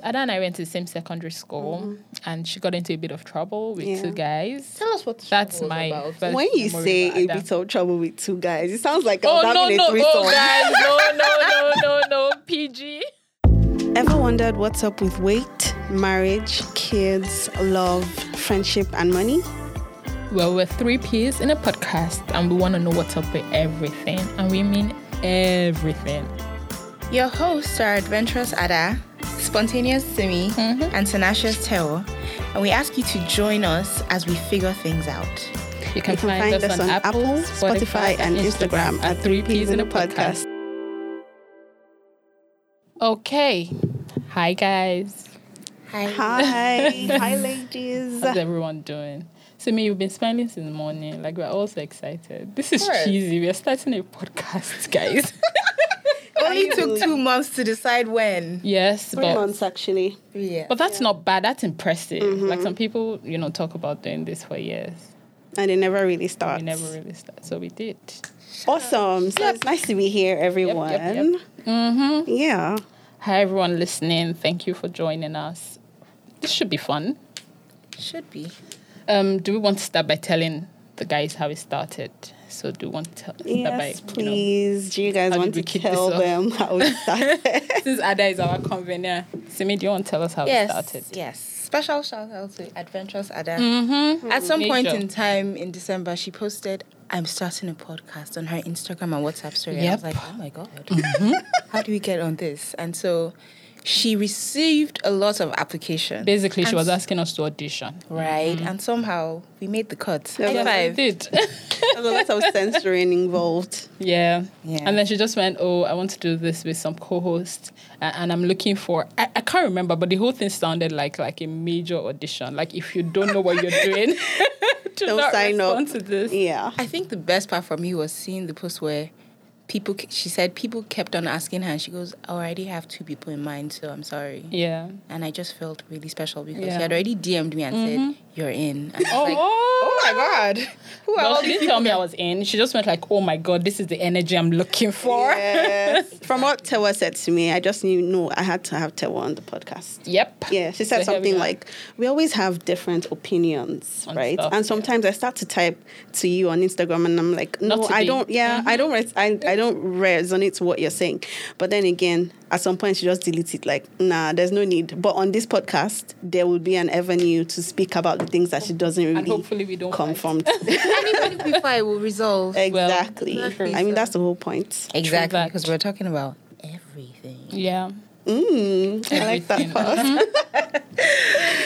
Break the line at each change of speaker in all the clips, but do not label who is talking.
Ada and I went to the same secondary school, and she got into a bit of trouble with
Mm-hmm. Yeah.
two guys.
Tell us what the
That's
struggle was
my
about.
first
When you
memory
say
with
a
Ada.
bit of trouble with two guys, it sounds like
oh
I'm
no
having
no
a threesome.
oh guys no no no no no PG.
Ever wondered what's up with weight, marriage, kids, love, friendship, and money?
Well, we're three P's in a podcast, and we want to know what's up with everything, and we mean everything.
Your hosts are adventurous Ada, spontaneous Simi, and tenacious Teo, and we ask you to join us as we figure things out.
You can,
You can find us on Apple, Spotify, and Instagram at 3 Ps in a Podcast.
Okay, hi guys,
Hi.
Hi. Hi, ladies.
how's everyone doing? So me, you've been smiling since the morning. Like we're all so excited. This is
course.
cheesy. We're starting a podcast, guys.
Only took two months to decide when.
yes,
Three
but
months, Mm-hmm. actually.
Yeah.
but that's not bad. That's impressive. Like some people, you know, talk about doing this for years.
And it never really starts.
We never really start, so we did.
Awesome. So it's nice to be here, everyone.
yep.
Mm-hmm. Yeah.
Hi everyone listening. Thank you for joining us. This should be fun.
should be.
Um, do we want to start by telling the guys how it started? So do we want to tell start by
Yes,
you
please. Do you guys
how
want
did we
to
kick this
tell
off?
them how we started?
know, since Ada is our convener, Simi, do you want to tell us how
yes.
it started?
Yes. Special shout out to Adventurous Ada.
Mm-hmm.
At some point
Major.
in time in December, she posted, I'm starting a podcast on her Instagram and WhatsApp story. And I was
Yep.
like, oh my God, how do we get on this? And so she received a lot of applications.
Basically, she
And
was
s-
asking us to audition.
Right. And somehow we made the cut.
Yeah,
High
but-
I
five.
did.
There's a lot of censoring involved.
yeah.
Yeah.
And then she just went, "Oh, I want to do this with some co-hosts, and, and I'm looking for I, I can't remember, but the whole thing sounded like like a major audition. Like if you don't know what you're doing, do
Don't
not
sign up.
respond to this.
Yeah.
I think the best part for me was seeing the post where people, ke- she said, people kept on asking her. And she goes, I already have two people in mind, so I'm sorry.
Yeah.
And I just felt really special because
Yeah.
she had already DM'd me and said, You're in. And I was
Oh,
like,
oh.
my god. Who
Well, she didn't tell me I was in. She just went like, "Oh my god, this is the energy I'm looking for."
Yes. From what Tewa said to me, I just knew no, I had to have Tewa on the podcast.
Yep.
Yeah, she said
So here we
something
are.
like, "We always have different opinions,
On
right?"
stuff,
and sometimes I start to type to you on Instagram, and I'm like, "No,
Not to
I
be. Mm-hmm.
don't. Yeah, I don't. Res- I, I don't resonate to what you're saying." But then again, at some point, she just deletes it. Like, nah, there's no need. But on this podcast, there will be an avenue to speak about the things that she doesn't really
hopefully we don't
conform to.
Anybody before I will resolve.
exactly.
Exactly.
I mean, that's the whole point.
Exactly.
that.
Because we're talking about everything.
yeah.
Mm, I like that
Everything.
part.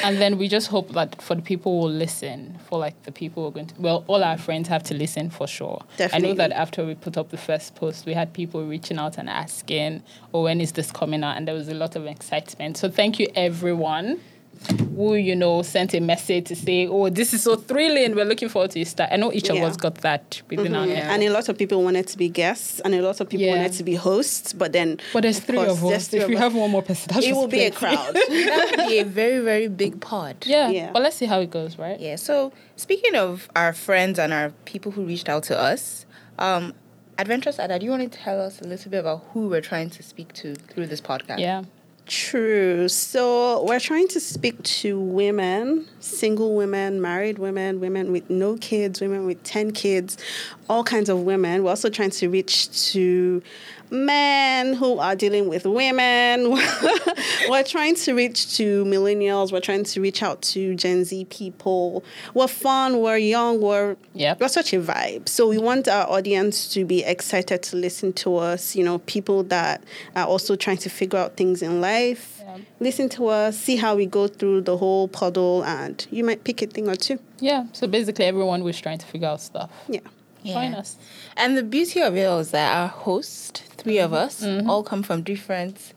And then we just hope that for the people who will listen, for like the people who are going to, well, all our friends have to listen for sure. I know
Definitely.
that after we put up the first post, we had people reaching out and asking, oh, when is this coming out? And there was a lot of excitement. So thank you, everyone. Who you know sent a message to say, "Oh, this is so thrilling! We're looking forward to your start." I know each of
Yeah. Mm-hmm.
us got that within our
Yeah.
network.
And a lot of people wanted to be guests, and a lot of people
Yeah.
wanted to be hosts. But then,
But there's
of
three
course,
of
there's
us.
three
if
of
we
us.
have one more person, that's
it
just
will be a
plenty.
crowd.
That would be a very, very big pod.
Yeah.
Yeah.
But let's see how it goes, right?
Yeah. So speaking of our friends and our people who reached out to us, um, Adventurous Ada, do you want to tell us a little bit about who we're trying to speak to through this podcast?
Yeah.
True. So we're trying to speak to women, single women, married women, women with no kids, women with 10 kids, all kinds of women. We're also trying to reach to men who are dealing with women. we're trying to reach to millennials. We're trying to reach out to Gen Z people. We're fun, we're young, we're
Yep.
we're such a vibe. So we want our audience to be excited to listen to us, you know, people that are also trying to figure out things in life.
Yeah.
Listen to us, see how we go through the whole puddle and you might pick a thing or two.
Yeah. So basically, everyone was trying to figure out stuff.
Yeah.
Yeah.
Join us.
And the beauty of it all is that our host, three of us,
Mm-hmm.
all come from different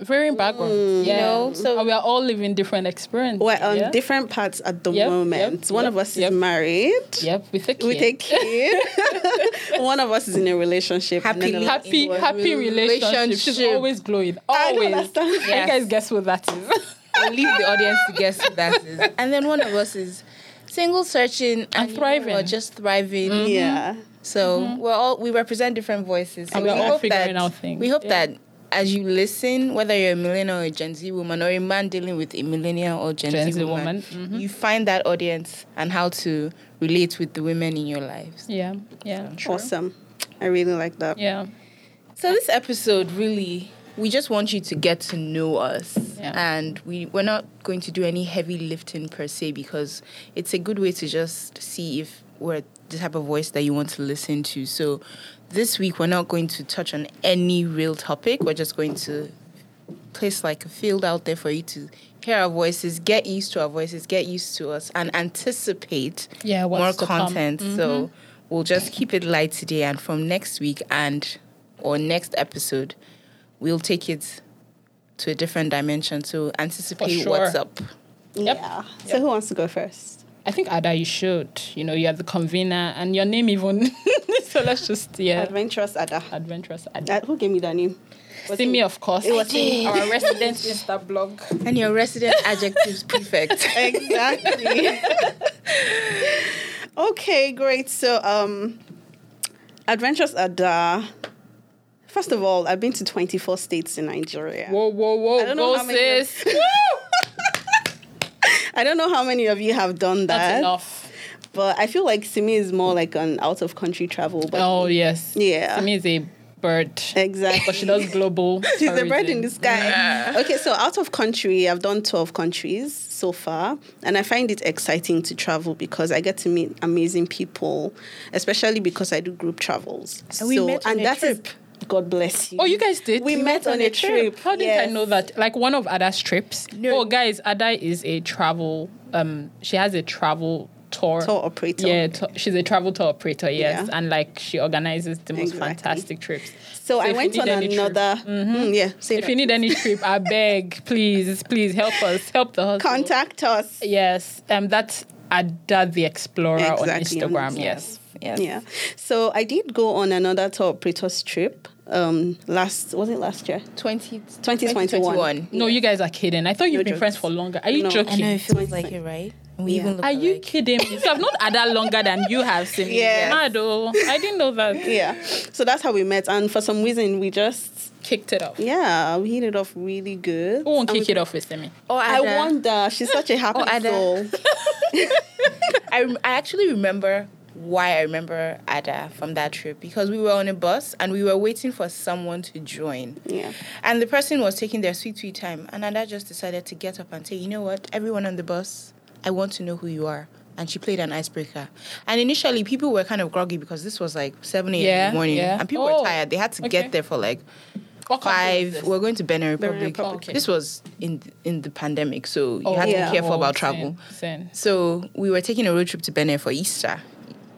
Very background. Yeah.
know, so-
and we are all living different experiences.
We're on
yeah?
different parts at the
Yep,
moment.
yep,
One
yep,
of us
yep.
is married.
Yep. With a kid.
With a kid. One of us is in a relationship. and then the
Happily-
last-
happy,
Into a
happy relationship. She's
relationship.
always glowing.
I don't
Always.
understand.
Can You guys guess what that is.
and leave the audience to guess who that is. And then one of us is single, searching, and, you know
thriving. Mm-hmm.
what, just thriving.
Yeah.
So we're all we represent different voices. So
And we're
we
all
hope
figuring
that-
out things.
We hope
Yeah.
that as you listen, whether you're a millennial or a Gen Z woman or a man dealing with a millennial or Gen,
Gen
Z,
Z
woman,
woman, mhm.
you find that audience and how to relate with the women in your lives.
Yeah, yeah,
Awesome. I really like that.
yeah.
So this episode really we just want you to get to know us
Yeah.
and we, we're not going to do any heavy lifting per se because it's a good way to just see if we're the type of voice that you want to listen to so this week we're not going to touch on any real topic we're just going to place like a field out there for you to hear our voices get used to our voices get used to us and anticipate
Yeah, what's
more
to come. Mm-hmm.
content so we'll just keep it light today and from next week and or next episode we'll take it to a different dimension to anticipate
sure.
what's up
Yep.
Yeah. So who wants to go first?
I think Ada, you should. You know, you're the convener, and your name even. so let's just yeah,
Adventurous Ada.
adventurous Ada.
Uh, who gave me that name? Was
Simi, of course. It
was Simi.
our resident Insta blog.
and your resident adjectives prefect
exactly. okay, great. So, um, Adventures Ada. First of all, I've been to 24 states in Nigeria.
Whoa, whoa, whoa!
I don't know
Go
how many-
sis.
I don't know how many of you have done
That's
that,
enough.
but I feel like Simi is more like an out of country travel. But
Oh yes.
Yeah.
Simi is a bird,
exactly.
but she does global.
She's the bird in
tourism.
the sky. Okay, so out of country, I've done 12 countries so far, and I find it exciting to travel because I get to meet amazing people, especially because I do group travels.
And we
so,
met on
and
a
that is-
trip.
God bless you.
Oh, you guys did?
We, met, on a trip.
How did
Yes.
I know that? Like one of Ada's trips.
No.
Oh, guys, Ada is a travel. Um, she has a travel tour.
Tour operator.
Yeah, to- she's a travel tour operator. Yes,
Yeah.
and like she organizes the most
Exactly.
fantastic trips.
So, I
if you
went
need
on
any trip- Mm-hmm.
another. Mm, yeah, say
if
that.
you need any trip, I beg, please, please help us, help the hustle.
Contact us.
Yes, um, that's Ada the Explorer
Exactly, on
on Instagram.
Instagram.
Yes.
yes.
Yeah. So I did go on another tour operator's trip um last was it last year?
20,
2021.
No, you guys are kidding. I thought you've been
jokes.
friends for longer. Are you
No. I
joking?
I know it feels
20.
like it, right? We
Yeah.
even look
Are you
alike.
kidding me? So I've known Ada longer than you have, Simi.
Yes.
Mad, oh. I didn't know that.
Yeah. So that's how we met and for some reason we just
Kicked it off.
Yeah, we hit it off really good.
Who won't
And
kick
we-
it off with Simi?
Oh,
I
Ada.
wonder. She's such a happy
Oh, Ada.
soul.
I, rem- I actually remember why I remember Ada from that trip because we were on a bus and we were waiting for someone to join.
Yeah.
And the person was taking their sweet, sweet time. And Ada just decided to get up and say, you know what, everyone on the bus, I want to know who you are. And she played an icebreaker. And initially, people were kind of groggy because this was like 7 a.m. in
Yeah,
the morning.
yeah.
And people
Oh,
were tired. They had to
okay.
get there for like
What country was
five.
this?
We're going to Benin Republic.
Republic. Okay.
This was in in the pandemic, so you
Oh,
had to
yeah.
be careful
Oh,
about
sin,
travel.
sin.
So we were taking a road trip to Benin for Easter.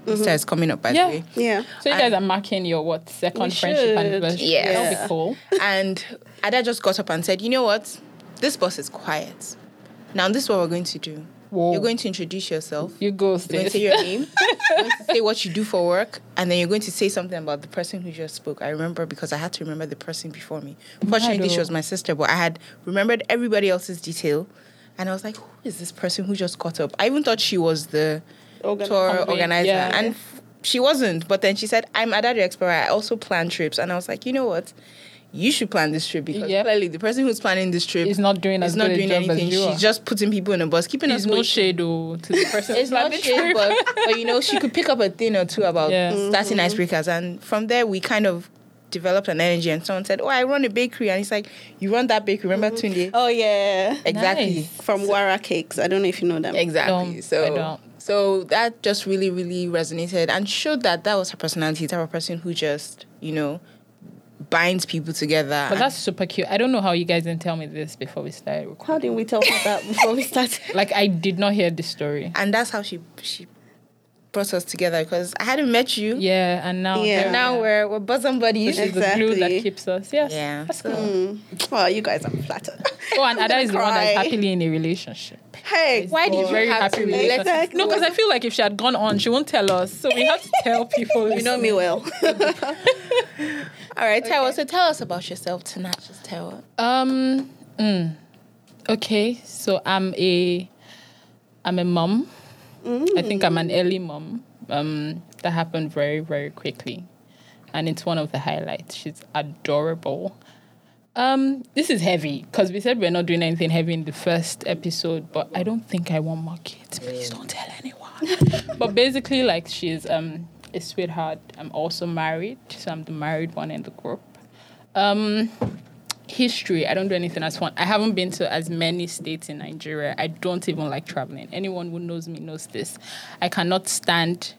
Easter is coming up, by
Mm-hmm. Yeah.
the way.
Yeah.
So you guys are marking your what second friendship
should.
anniversary?
Yes.
That'll be cool.
and Ada just got up and said, "You know what? This bus is quiet. Now this is what we're going to do.
Whoa.
You're going to introduce yourself.
You go,
You're going to
sis.
say your name, you're going to say what you do for work, and then you're going to say something about the person who just spoke. I remember because I had to remember the person before me. Fortunately, she was my sister, but I had remembered everybody else's detail, and I was like, "Who is this person who just caught up?" I even thought she was the
Organ-
tour
Company,
organizer,
yeah.
and f- she wasn't. But then she said, "I'm Ada the Explorer. I also plan trips," and I was like, "You know what?" You should plan this trip because
Yeah.
clearly the person who's planning this trip
Is not doing
is
as
not
good a
doing
job as
anything.
you are.
She's just putting people in a bus, keeping
There's
us
no
waiting.
shade oh, to the person.
It's not
planning
shade,
trip.
but, but you know, she could pick up a thing or two about
Yeah.
starting icebreakers. And from there, we kind of developed an energy. And someone said, Oh, I run a bakery. And it's like, You run that bakery, remember Tunde?
Oh yeah.
Exactly.
Mm-hmm. Nice.
From Wara Cakes. I don't know if you know them.
Exactly.
Don't. I
so
don't.
so that just really, really resonated and showed that that was her personality, the type of person who just, you know, binds people together.
But that's super cute. I don't know how you guys didn't tell me this before we started. recording.
How didn't we talk about that before we started?
Like I did not hear this story.
and that's how she she brought us together because I hadn't met you.
Yeah, and now
Yeah.
there-
Now we're we're bosom buddies.
She's the glue
Exactly.
that keeps us. Yes.
Yeah.
That's cool.
Hmm. Well, you guys are flattered.
Oh, and Ada is the one that's
cry.
happily in a relationship.
Hey,
Why did
Oh,
you
very
have
happy
to
with
let
us.
Exactly.
No, because I feel like if she had gone on, she won't tell us. So we have to tell people.
you know me well.
All right, Taiwo. So tell us about yourself tonight. Just tell us.
Um. mm, okay. So I'm a, I'm a mom. I think I'm an early mom. Um. That happened very very quickly, and it's one of the highlights. She's adorable. Um, this is heavy because we said we're not doing anything heavy in the first episode, but I don't think I want more kids. Please don't tell anyone. but basically, like she's um a sweetheart. I'm also married, so I'm the married one in the group. Um, history. I don't do anything as fun. I haven't been to as many states in Nigeria. I don't even like traveling. Anyone who knows me knows this. I cannot stand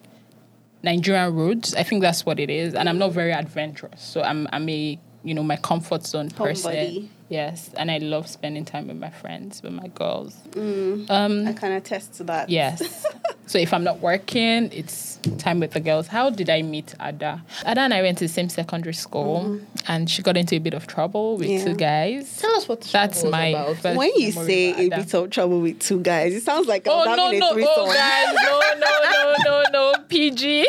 Nigerian roads. I think that's what it is. And I'm not very adventurous. So I'm I'm a you know, my comfort zone person.
Homebody.
Yes. And I love spending time with my friends, with my girls. Um,
I can attest to that.
Yes. so if I'm not working, it's time with the girls. How did I meet Ada? Ada and I went to the same secondary school and she got into a bit of trouble with
Mm-hmm. Yeah.
two guys.
Tell us what the
That's
trouble was
my
about.
first
When you
memory
say
with
a
Ada.
bit of trouble with two guys, it sounds like
Oh
I'm
no
having
no
a threesome.
oh guys no no no no no PG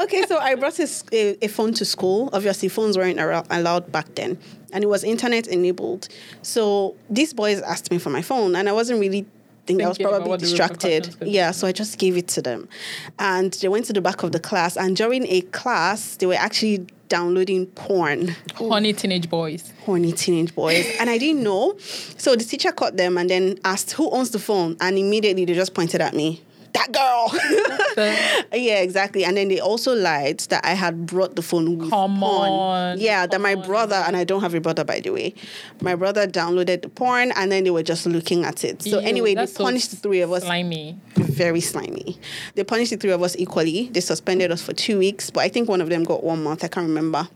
okay, so I brought a, s- a- a phone to school. Obviously, phones weren't ar- allowed back then, and it was internet enabled. So these boys asked me for my phone, and I wasn't really. Think I was
Thinking about
probably
what the
distracted.
repercussions could be.
Yeah, so I just gave it to them. And they went to the back of the class. And during a class, they were actually downloading porn
honey teenage boys.
horny teenage boys and I didn't know. So the teacher caught them and then asked who owns the phone and immediately they just pointed at me. That girl. yeah, exactly. And then they also lied that I had brought the phone with
Come
porn.
on,
Yeah, that my
come on.
brother and I don't have a brother by the way. My brother downloaded the porn and then they were just looking at it. So
Ew,
anyway, they
that's so
punished the three of us
Slimy.
very slimy. They punished the three of us equally. They suspended us for two weeks, but I think one of them got one month. I can't remember.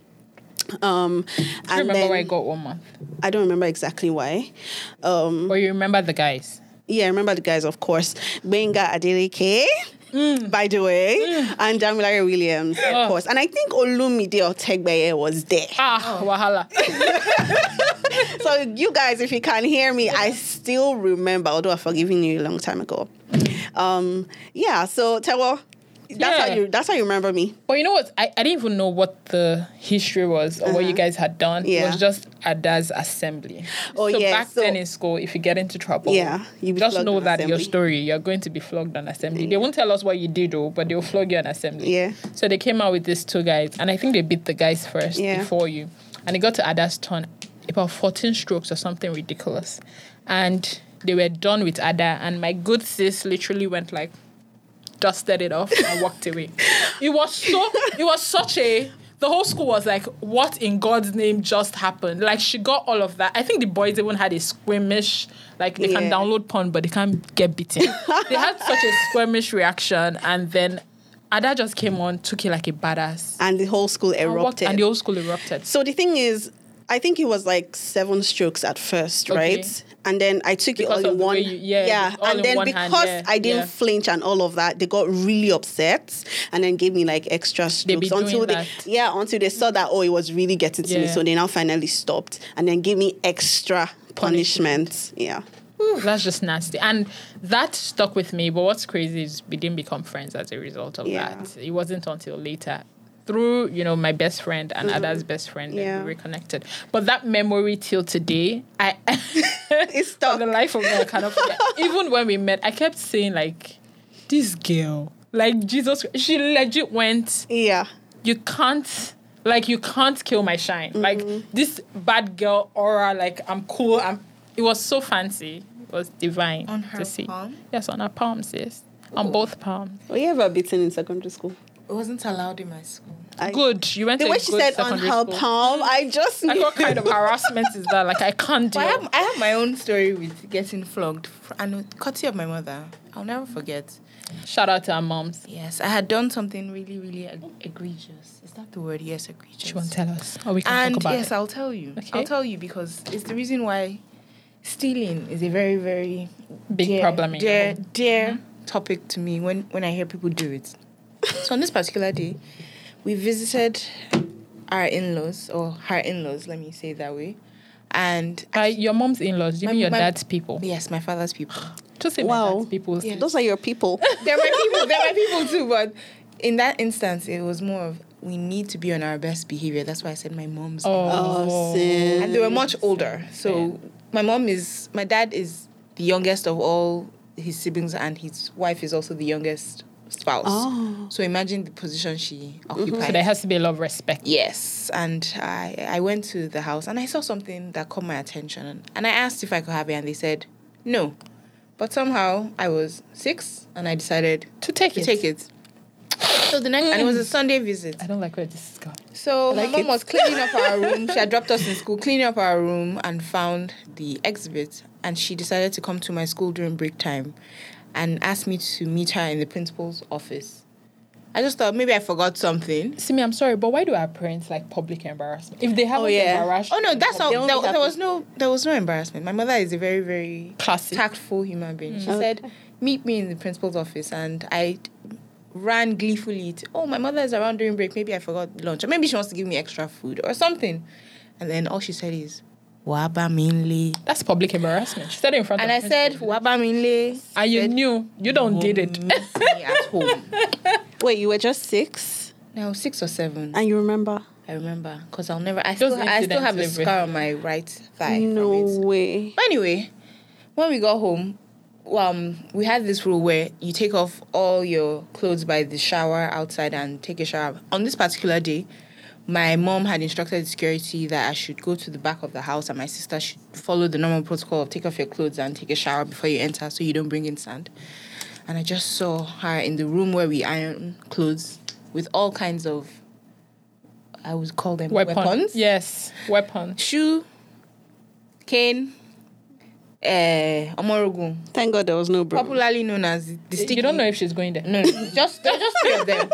Um,
I
and
remember
then,
where I got one month.
I don't remember exactly why. Um,
But you remember the guys.
yeah, I remember the guys, of course. Benga Adeleke, by the way, and Damilare Williams, of
Mm. Oh.
course. And I think Olumide Otegbeye was there.
Ah, wahala.
so, you guys, if you can hear me, I still remember, although I've forgiven you a long time ago. Um, yeah, so Tewo, that's how
Yeah.
you that's how you remember me.
But you know what? I, I didn't even know what the history was or what you guys had done.
Uh-huh. Yeah.
It was just Ada's assembly.
Oh,
so
yeah,
Back
so-
then in school, if you get into trouble,
Yeah, you'll be
just
flogged
know
on
that your
assembly.
story, you're going to be flogged on assembly. They won't tell us what you did, though, but they'll flog you on assembly.
Yeah.
So they came out with these two guys, and I think they beat the guys first
Yeah.
before you. And it got to Ada's turn, about 14 strokes or something ridiculous. And they were done with Ada, and my good sis literally went like, dusted it off and walked away. It was so it was such a the whole school was like, what in God's name just happened? Like she got all of that. I think the boys even had a squirmish, like they
Yeah.
can download porn, but they can't get beaten. they had such a squirmish reaction, and then Ada just came on, took it like a badass,
And the whole school
and, walked-
erupted.
and the whole school erupted.
So the thing is, I think it was like seven strokes at first,
Okay.
right? And then I took
Because
it all
of
in
the
one.
way you- yeah, all
and
in
then
one hand,
because
yeah,
I didn't
yeah.
flinch and all of that, they got really upset and then gave me like extra
They be
strokes
doing
until they
that.
yeah until they saw that oh it was really getting to me,
Yeah.
so they now finally stopped and then gave me extra punishment. Yeah.
That's just nasty. And that stuck with me. But what's crazy is we didn't become friends as a result of
Yeah.
that. It wasn't until later. Through, you know, my best friend and Ada's best friend,
Yeah.
and we reconnected. But that memory till today, I
It's
for
stuck.
the life of me, I cannot forget. Even when we met, I kept saying like, "This girl, like Jesus, she legit went
Yeah.
you can't like you can't kill my shine like this bad girl aura like i'm cool i'm it was so fancy it was divine
On her
to see
palm?
yes on her palm sis on both palms
Were you ever beaten in secondary school?
It wasn't allowed in my school.
I,
good you went
The
to a
way she
good
said on
secondary
her
school.
palm, I just
like
knew.
what kind of harassment is that like i can't do
But I have, I have my own story with getting flogged, f- and with courtesy of my mother. I'll never forget.
shout out to our moms
Yes, I had done something really, really eg- egregious. Is that the word? Yes, egregious.
she won't tell us or we can
and
talk about
yes,
it
I'll tell you. I'll
Okay.
tell you because it's the reason why stealing is a very, very
Big
dear,
problem in your
dear,
home. Mm-hmm.
dear topic to me when when I hear people do it. so on this particular day, we visited our in-laws or her in-laws. Let me say it that way. And
by your mom's in-laws you
My-
mean your
my-
dad's people
yes, my father's people.
just say
Wow.
my dad's people
Yeah.
Those are your people.
there were people there were people too but in that instance it was more of we need to be on our best behavior that's why i said my mom's
Oh,
oh,
sis.
and they were much older so my mom is my dad is the youngest of all his siblings and his wife is also the youngest spouse.
Oh.
So imagine the position she occupies.
Mm-hmm. So there has to be a lot of respect.
Yes, and I I went to the house and I saw something that caught my attention and I asked if I could have it and they said no, but somehow I was six and I decided
To take
to
it.
take it. So the next and it was a Sunday visit.
I don't like where this is going.
So
like
my mom
it.
was cleaning up our room. She had dropped us in school, cleaning up our room, and found the exhibit. And she decided to come to my school during break time, and asked me to meet her in the principal's office. I just thought maybe I forgot something.
Simi, I'm sorry, but why do our parents like public embarrassment? If they haven't
yeah.
embarrassed
Oh no,
you,
that's all.
They won't
There,
be happy.
there was no, there was no embarrassment. My mother is a very, very
Classy.
tactful human being. She
Mm.
Okay.
said, "Meet me in the principal's office," and I ran gleefully. To, oh, my mother is around during break. Maybe I forgot lunch, or maybe she wants to give me extra food or something. And then all she said is, "Wabaminle,"
that's public embarrassment. She said it in front
and I
of
said, "Wabaminle."
and you knew you don't did it.
Meet me at home.
Wait, you were just six
Now six or seven,
and you remember?
I remember, cause I'll never. I still, I still
incidents
have a
live with
scar on my right thigh. from
no
it.
way.
But anyway, when we got home, um, we had this rule where you take off all your clothes by the shower outside and take a shower. On this particular day, my mom had instructed the security that I should go to the back of the house and my sister should follow the normal protocol of take off your clothes and take a shower before you enter so you don't bring in sand. And I just saw her in the room where we iron clothes with all kinds of, I would call them
Weapon.
weapons
Yes, weapon.
shoe, cane, uh, omorogun,
Thank God there was no broom.
popularly known as the the sticky.
You don't know if she's going there.
No, no, just there are just three of them.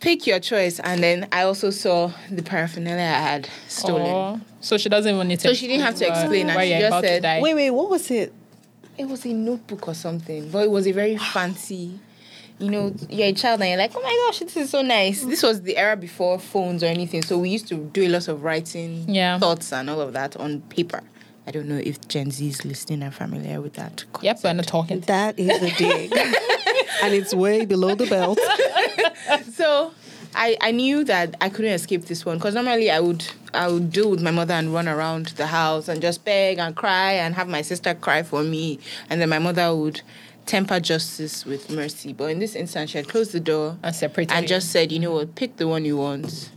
Pick your choice, and then I also saw the paraphernalia I had stolen.
Aw. So she doesn't even need to.
So she didn't have to explain, and
why
she
you're
just
about to
said-
die.
Wait, wait, what was it?
It was a notebook or something, but it was a very fancy. You know, you're a child and you're like, oh my gosh, this is so nice. This was the era before phones or anything, so we used to do a lot of writing,
Yeah.
thoughts and all of that on paper. I don't know if Gen Z is listening and familiar with that.
Yep, we're not talking.
That is a dig. and it's way below the belt.
so I, I knew that I couldn't escape this one because normally I would I would deal with my mother and run around the house and just beg and cry and have my sister cry for me and then my mother would temper justice with mercy. But in this instance, she had closed the door
And separated
and
you.
just said, you know what, pick the one you want.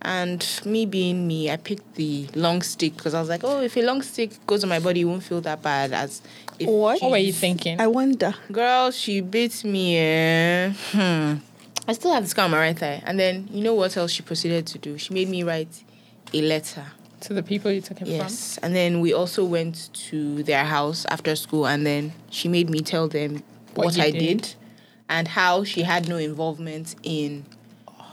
And me being me, I picked the long stick because I was like, oh, if a long stick goes on my body, it won't feel that bad as if
What?
What were you thinking?
I wonder.
Girl, she beat me. Eh? Hmm. I still have the scar on my right thigh. And then you know what else she proceeded to do? She made me write a letter.
to the people you took it
Yes. And then we also went to their house after school, and then she made me tell them
What
what,
you
I
did.
did. and how she had no involvement in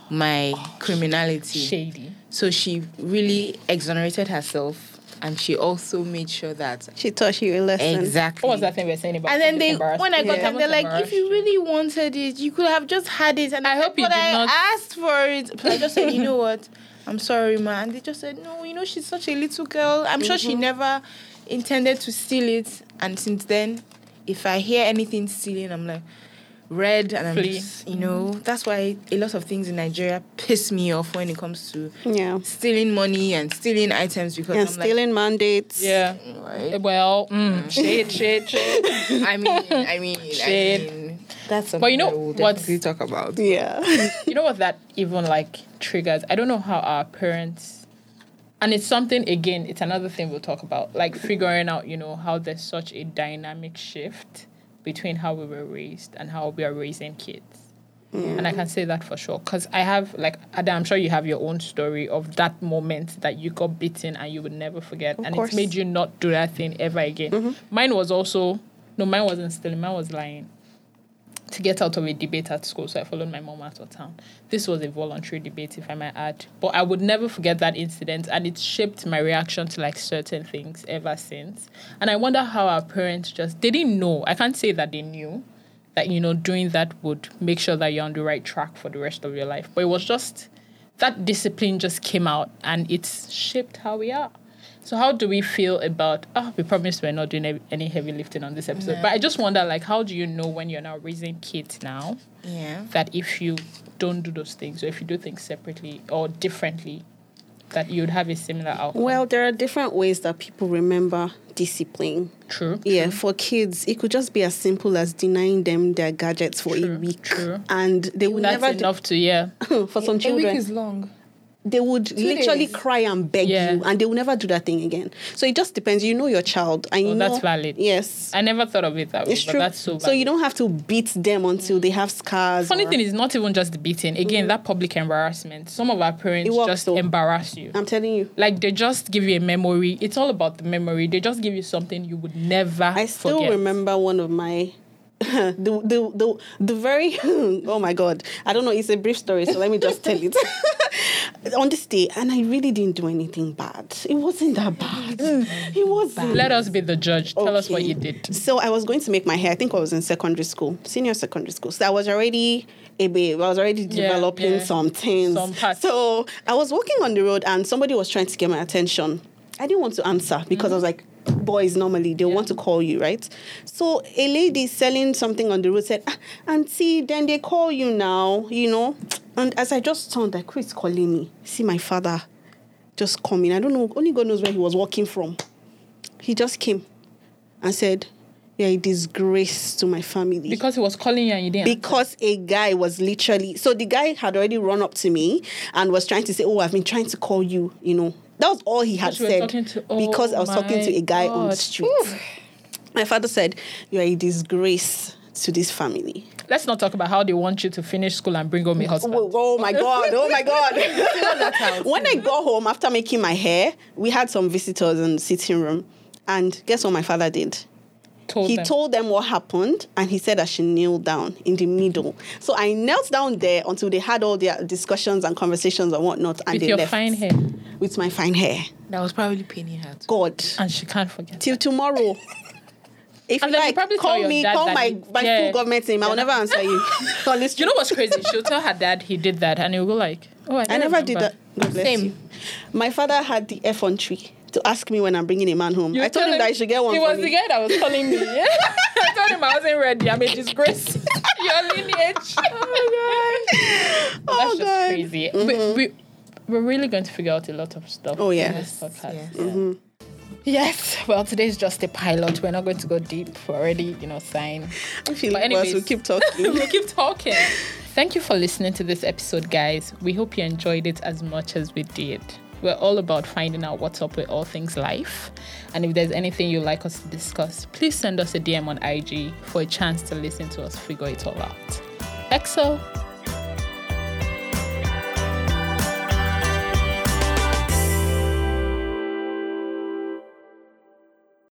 my
Oh,
criminality.
from. Shady.
So she really exonerated herself, and she also made sure that
She taught you a lesson.
exactly
What was that thing we were saying about?
and then they,
public
when I got
embarrassment?
them, they're like, if you
Embarrassed.
really wanted it, you could have just had it. And
I
said,
hope you
but
did
I
not-
asked for it. But I just said, you know what? I'm sorry, ma. And they just said, no, you know, she's such a little girl. I'm sure she never intended to steal it. And since then, if I hear anything stealing, I'm like, red. And I'm
Flee.
just, you know, that's why a lot of things in Nigeria piss me off when it comes to
Yeah.
stealing money and stealing items because
And
I'm
stealing mandates.
Yeah.
like,
Eh, Well, mm, shade, shade, shade.
I mean, I mean,
Shade.
I mean, that's something
But you know
that we'll
what-
definitely talk about.
Yeah.
you know what that even like triggers i don't know how our parents and it's something again it's another thing we'll talk about like figuring out you know how there's such a dynamic shift between how we were raised and how we are raising kids and i can say that for sure because i have like ada i'm sure you have your own story of that moment that you got beaten and you would never forget and
course.
it's made you not do that thing ever again mine was also no mine wasn't stealing mine was lying to get out of a debate at school, so I followed my mom out of town. This was a voluntary debate, if I might add, but I would never forget that incident, and it shaped my reaction to like certain things ever since. And I wonder how our parents just they didn't know. I can't say that they knew that you know doing that would make sure that you're on the right track for the rest of your life, but it was just that discipline just came out, and it's shaped how we are. So how do we feel about? Oh, we promised we're not doing ev- any heavy lifting on this episode, but I just wonder, like, how do you know when you're now raising kids now
Yeah.
that if you don't do those things or if you do things separately or differently, that you'd have a similar outcome?
Well, there are different ways that people remember discipline.
true.
Yeah, for kids, it could just be as simple as denying them their gadgets for a
True,
week,
true.
and they would
That's
never. do-
enough to yeah.
for some
A week
children,
is long.
they would literally
days.
cry and beg
Yeah.
you, and they will never do that thing again. So it just depends. You know your child, and you
Oh,
know
that's valid.
Yes,
I never thought of it that way,
it's
but
true.
that's so. Valid.
you don't have to beat them until they have scars.
Funny
or-
thing is, not even just the beating. Again, that public embarrassment. Some of our parents
Mm. It works
just
though.
embarrass you.
I'm telling you.
like they just give you a memory. It's all about the memory. They just give you something you would never.
I still
forget.
remember one of my the the the, the very oh my god I don't know it's a brief story so let me just tell it on this day and I really didn't do anything bad it wasn't that bad it wasn't
Let us be the judge. Tell us what
Okay.
you did.
So I was going to make my hair. I think I was in secondary school, senior secondary school. So I was already a babe. I was already
Yeah,
developing
yeah.
some things.
Some parts.
So I was walking on the road and somebody was trying to get my attention. I didn't want to answer because I was like,
Mm-hmm.
boys normally they want to call you, right? So a lady selling something on the road said, "Ah, Auntie, then they call you now, you know. And as I just turned, like, who is calling me? See my father just coming. I don't know, only God knows where he was walking from. He just came and said, You're a disgrace to my family.
Because he was calling you and you didn't.
Because a guy was literally so the guy had already run up to me and was trying to say, "Oh, I've been trying to call you," you know. That was all he had
Because you were
said
talking to- oh
because I was talking
my
to a guy on the
God.
street. My father said, "You are a disgrace to this family."
Let's not talk about how they want you to finish school and bring home a husband.
Oh, oh my god! Oh my god! when I got home after making my hair, we had some visitors in the sitting room, and guess what my father did?
Told
he
them.
told them what happened and he said I should kneel down in the middle. So I knelt down there until they had all their discussions and conversations and whatnot and
with
they
your
left
fine hair,
with my fine hair.
That was probably paining her. Too.
God.
and she can't forget.
Till tomorrow. If
And then
you
you
like,
probably tell
call
your
me,
dad
call
that
my,
you-
my
yeah.
full government name. I will never answer you. Honestly.
You know what's crazy? She'll tell her dad he did that, and he'll go like, "Oh, I,
I
didn't
never did
remember."
that. God bless
Same.
you. My father had the F on tree to ask me when I'm bringing a man home.
You
I told
tell
him, that I should get one.
He
for
was
me.
the guy that was calling me. I told him I wasn't ready. I'm a disgrace. to Your lineage. Oh god. That's
Oh,
just
God. Mm-hmm.
crazy. We, we, we're really going to figure out a lot of stuff.
Oh, Mm-hmm. yeah.
In this podcast.
yes.
Yeah. Yes. Well, today's just a pilot. We're not going to go deep. We're already, you know, sign.
I feel
But
like us, we
anyways.
keep talking.
we keep talking. Thank you for listening to this episode, guys. We hope you enjoyed it as much as we did. We're all about finding out what's up with all things life. And if there's anything you'd like us to discuss, please send us a DM on IG for a chance to listen to us figure it all out. EXO.